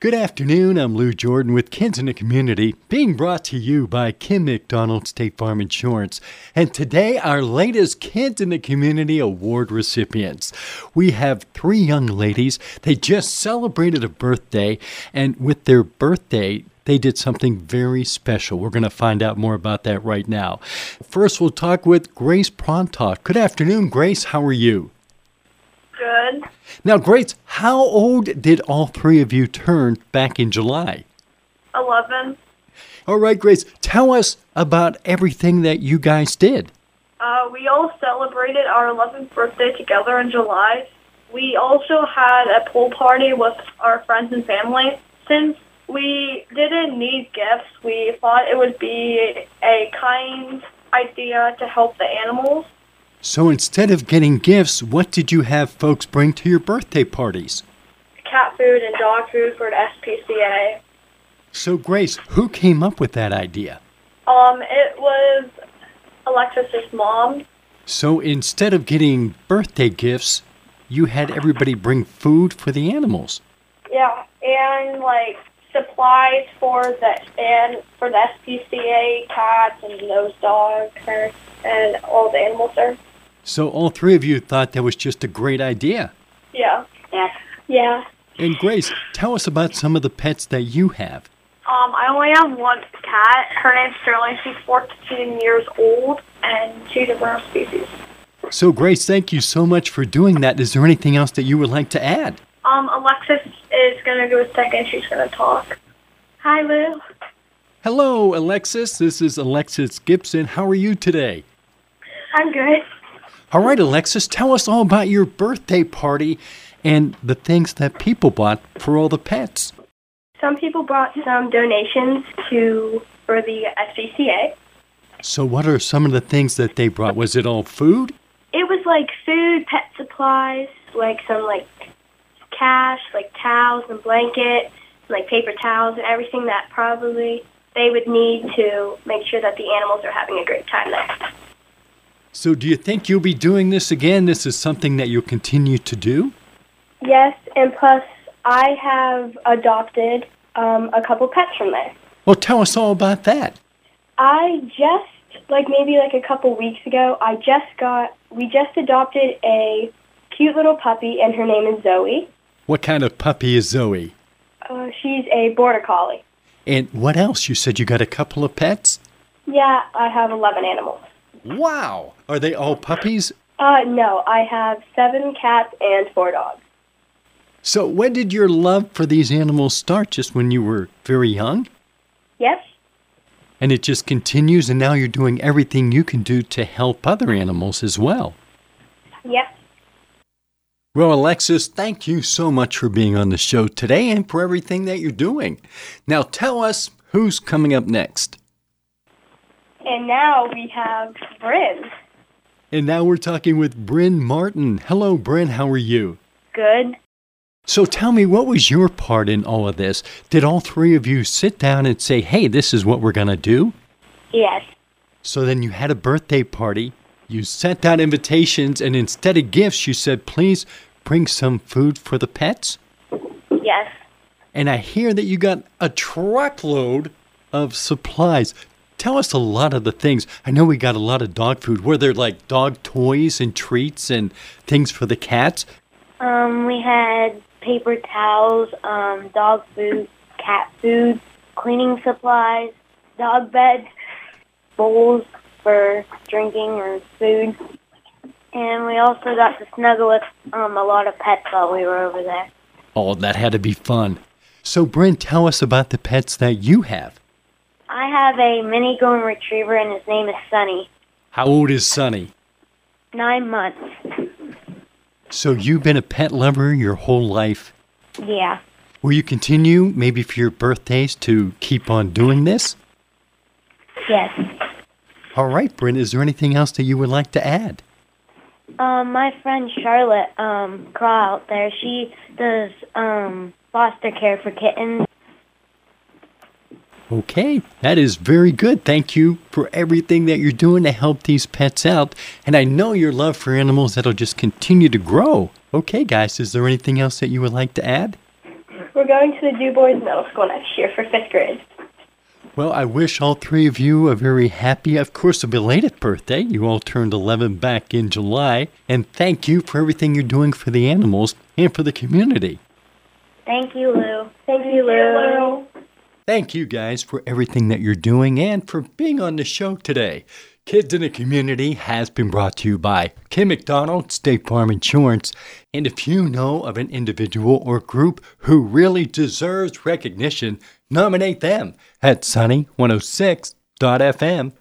Good afternoon. I'm Lou Jordan with Kids in the Community, being brought to you by Kim McDonald State Farm Insurance. And today, our latest Kids in the Community Award recipients. We have three young ladies. They just celebrated a birthday, and with their birthday, they did something very special. We're going to find out more about that right now. First, we'll talk with Grace Prontock. Good afternoon, Grace. How are you? Good. Now, Grace, how old did all three of you turn back in July? 11. All right, Grace, tell us about everything that you guys did. Uh, we all celebrated our 11th birthday together in July. We also had a pool party with our friends and family. Since we didn't need gifts, we thought it would be a kind idea to help the animals. So instead of getting gifts, what did you have folks bring to your birthday parties? Cat food and dog food for the SPCA. So, Grace, who came up with that idea? Um, it was Alexis's mom. So instead of getting birthday gifts, you had everybody bring food for the animals. Yeah, and like supplies for the and for the SPCA cats and those dogs and- and all the animals there. So all three of you thought that was just a great idea. Yeah. Yeah. Yeah. And, Grace, tell us about some of the pets that you have. Um, I only have one cat. Her name's Sterling. She's 14 years old, and she's a rare species. So, Grace, thank you so much for doing that. Is there anything else that you would like to add? Um, Alexis is gonna go second. She's gonna talk. Hi, Lou. Hello, Alexis. This is Alexis Gibson. How are you today? I'm good. All right, Alexis, tell us all about your birthday party and the things that people bought for all the pets. Some people brought some donations to for the SPCA. So, what are some of the things that they brought? Was it all food? It was like food, pet supplies, like some like cash, like towels and blankets, like paper towels and everything that probably they would need to make sure that the animals are having a great time there. So, do you think you'll be doing this again? This is something that you'll continue to do? Yes, and plus I have adopted um, a couple pets from there. Well, tell us all about that. I just like maybe like a couple weeks ago, I just got we just adopted a cute little puppy and her name is Zoe. What kind of puppy is Zoe? Uh, she's a border collie. And what else? You said you got a couple of pets? Yeah, I have 11 animals. Wow! Are they all puppies? Uh, no, I have seven cats and four dogs. So, when did your love for these animals start? Just when you were very young? Yes? And it just continues, and now you're doing everything you can do to help other animals as well. Yes. Well, Alexis, thank you so much for being on the show today and for everything that you're doing. Now, tell us who's coming up next. And now we have Bryn. And now we're talking with Bryn Martin. Hello, Bryn, how are you? Good. So tell me, what was your part in all of this? Did all three of you sit down and say, hey, this is what we're going to do? Yes. So then you had a birthday party. You sent out invitations, and instead of gifts, you said, please bring some food for the pets. Yes. And I hear that you got a truckload of supplies. Tell us a lot of the things. I know we got a lot of dog food. Were there like dog toys and treats and things for the cats? Um, we had paper towels, um, dog food, cat food, cleaning supplies, dog beds, bowls for drinking or food. And we also got to snuggle with um, a lot of pets while we were over there. Oh, that had to be fun. So, Bryn, tell us about the pets that you have. I have a mini golden retriever, and his name is Sunny. How old is Sonny? Nine months. So, you've been a pet lover your whole life. Yeah. Will you continue, maybe for your birthdays, to keep on doing this? Yes. All right, Bryn, is there anything else that you would like to add? Um, my friend Charlotte, um, Craw out there, she does um foster care for kittens. Okay, that is very good. Thank you for everything that you're doing to help these pets out. And I know your love for animals that'll just continue to grow. Okay, guys, is there anything else that you would like to add? We're going to the Du Bois Middle School next year for fifth grade. Well, I wish all three of you a very happy, of course, a belated birthday. You all turned 11 back in July. And thank you for everything you're doing for the animals and for the community. Thank you, Lou. Thank you, Lou. Thank you guys for everything that you're doing and for being on the show today. Kids in the Community has been brought to you by Kim McDonald, State Farm Insurance. And if you know of an individual or group who really oh deserves recognition, nominate them at sunny106.fm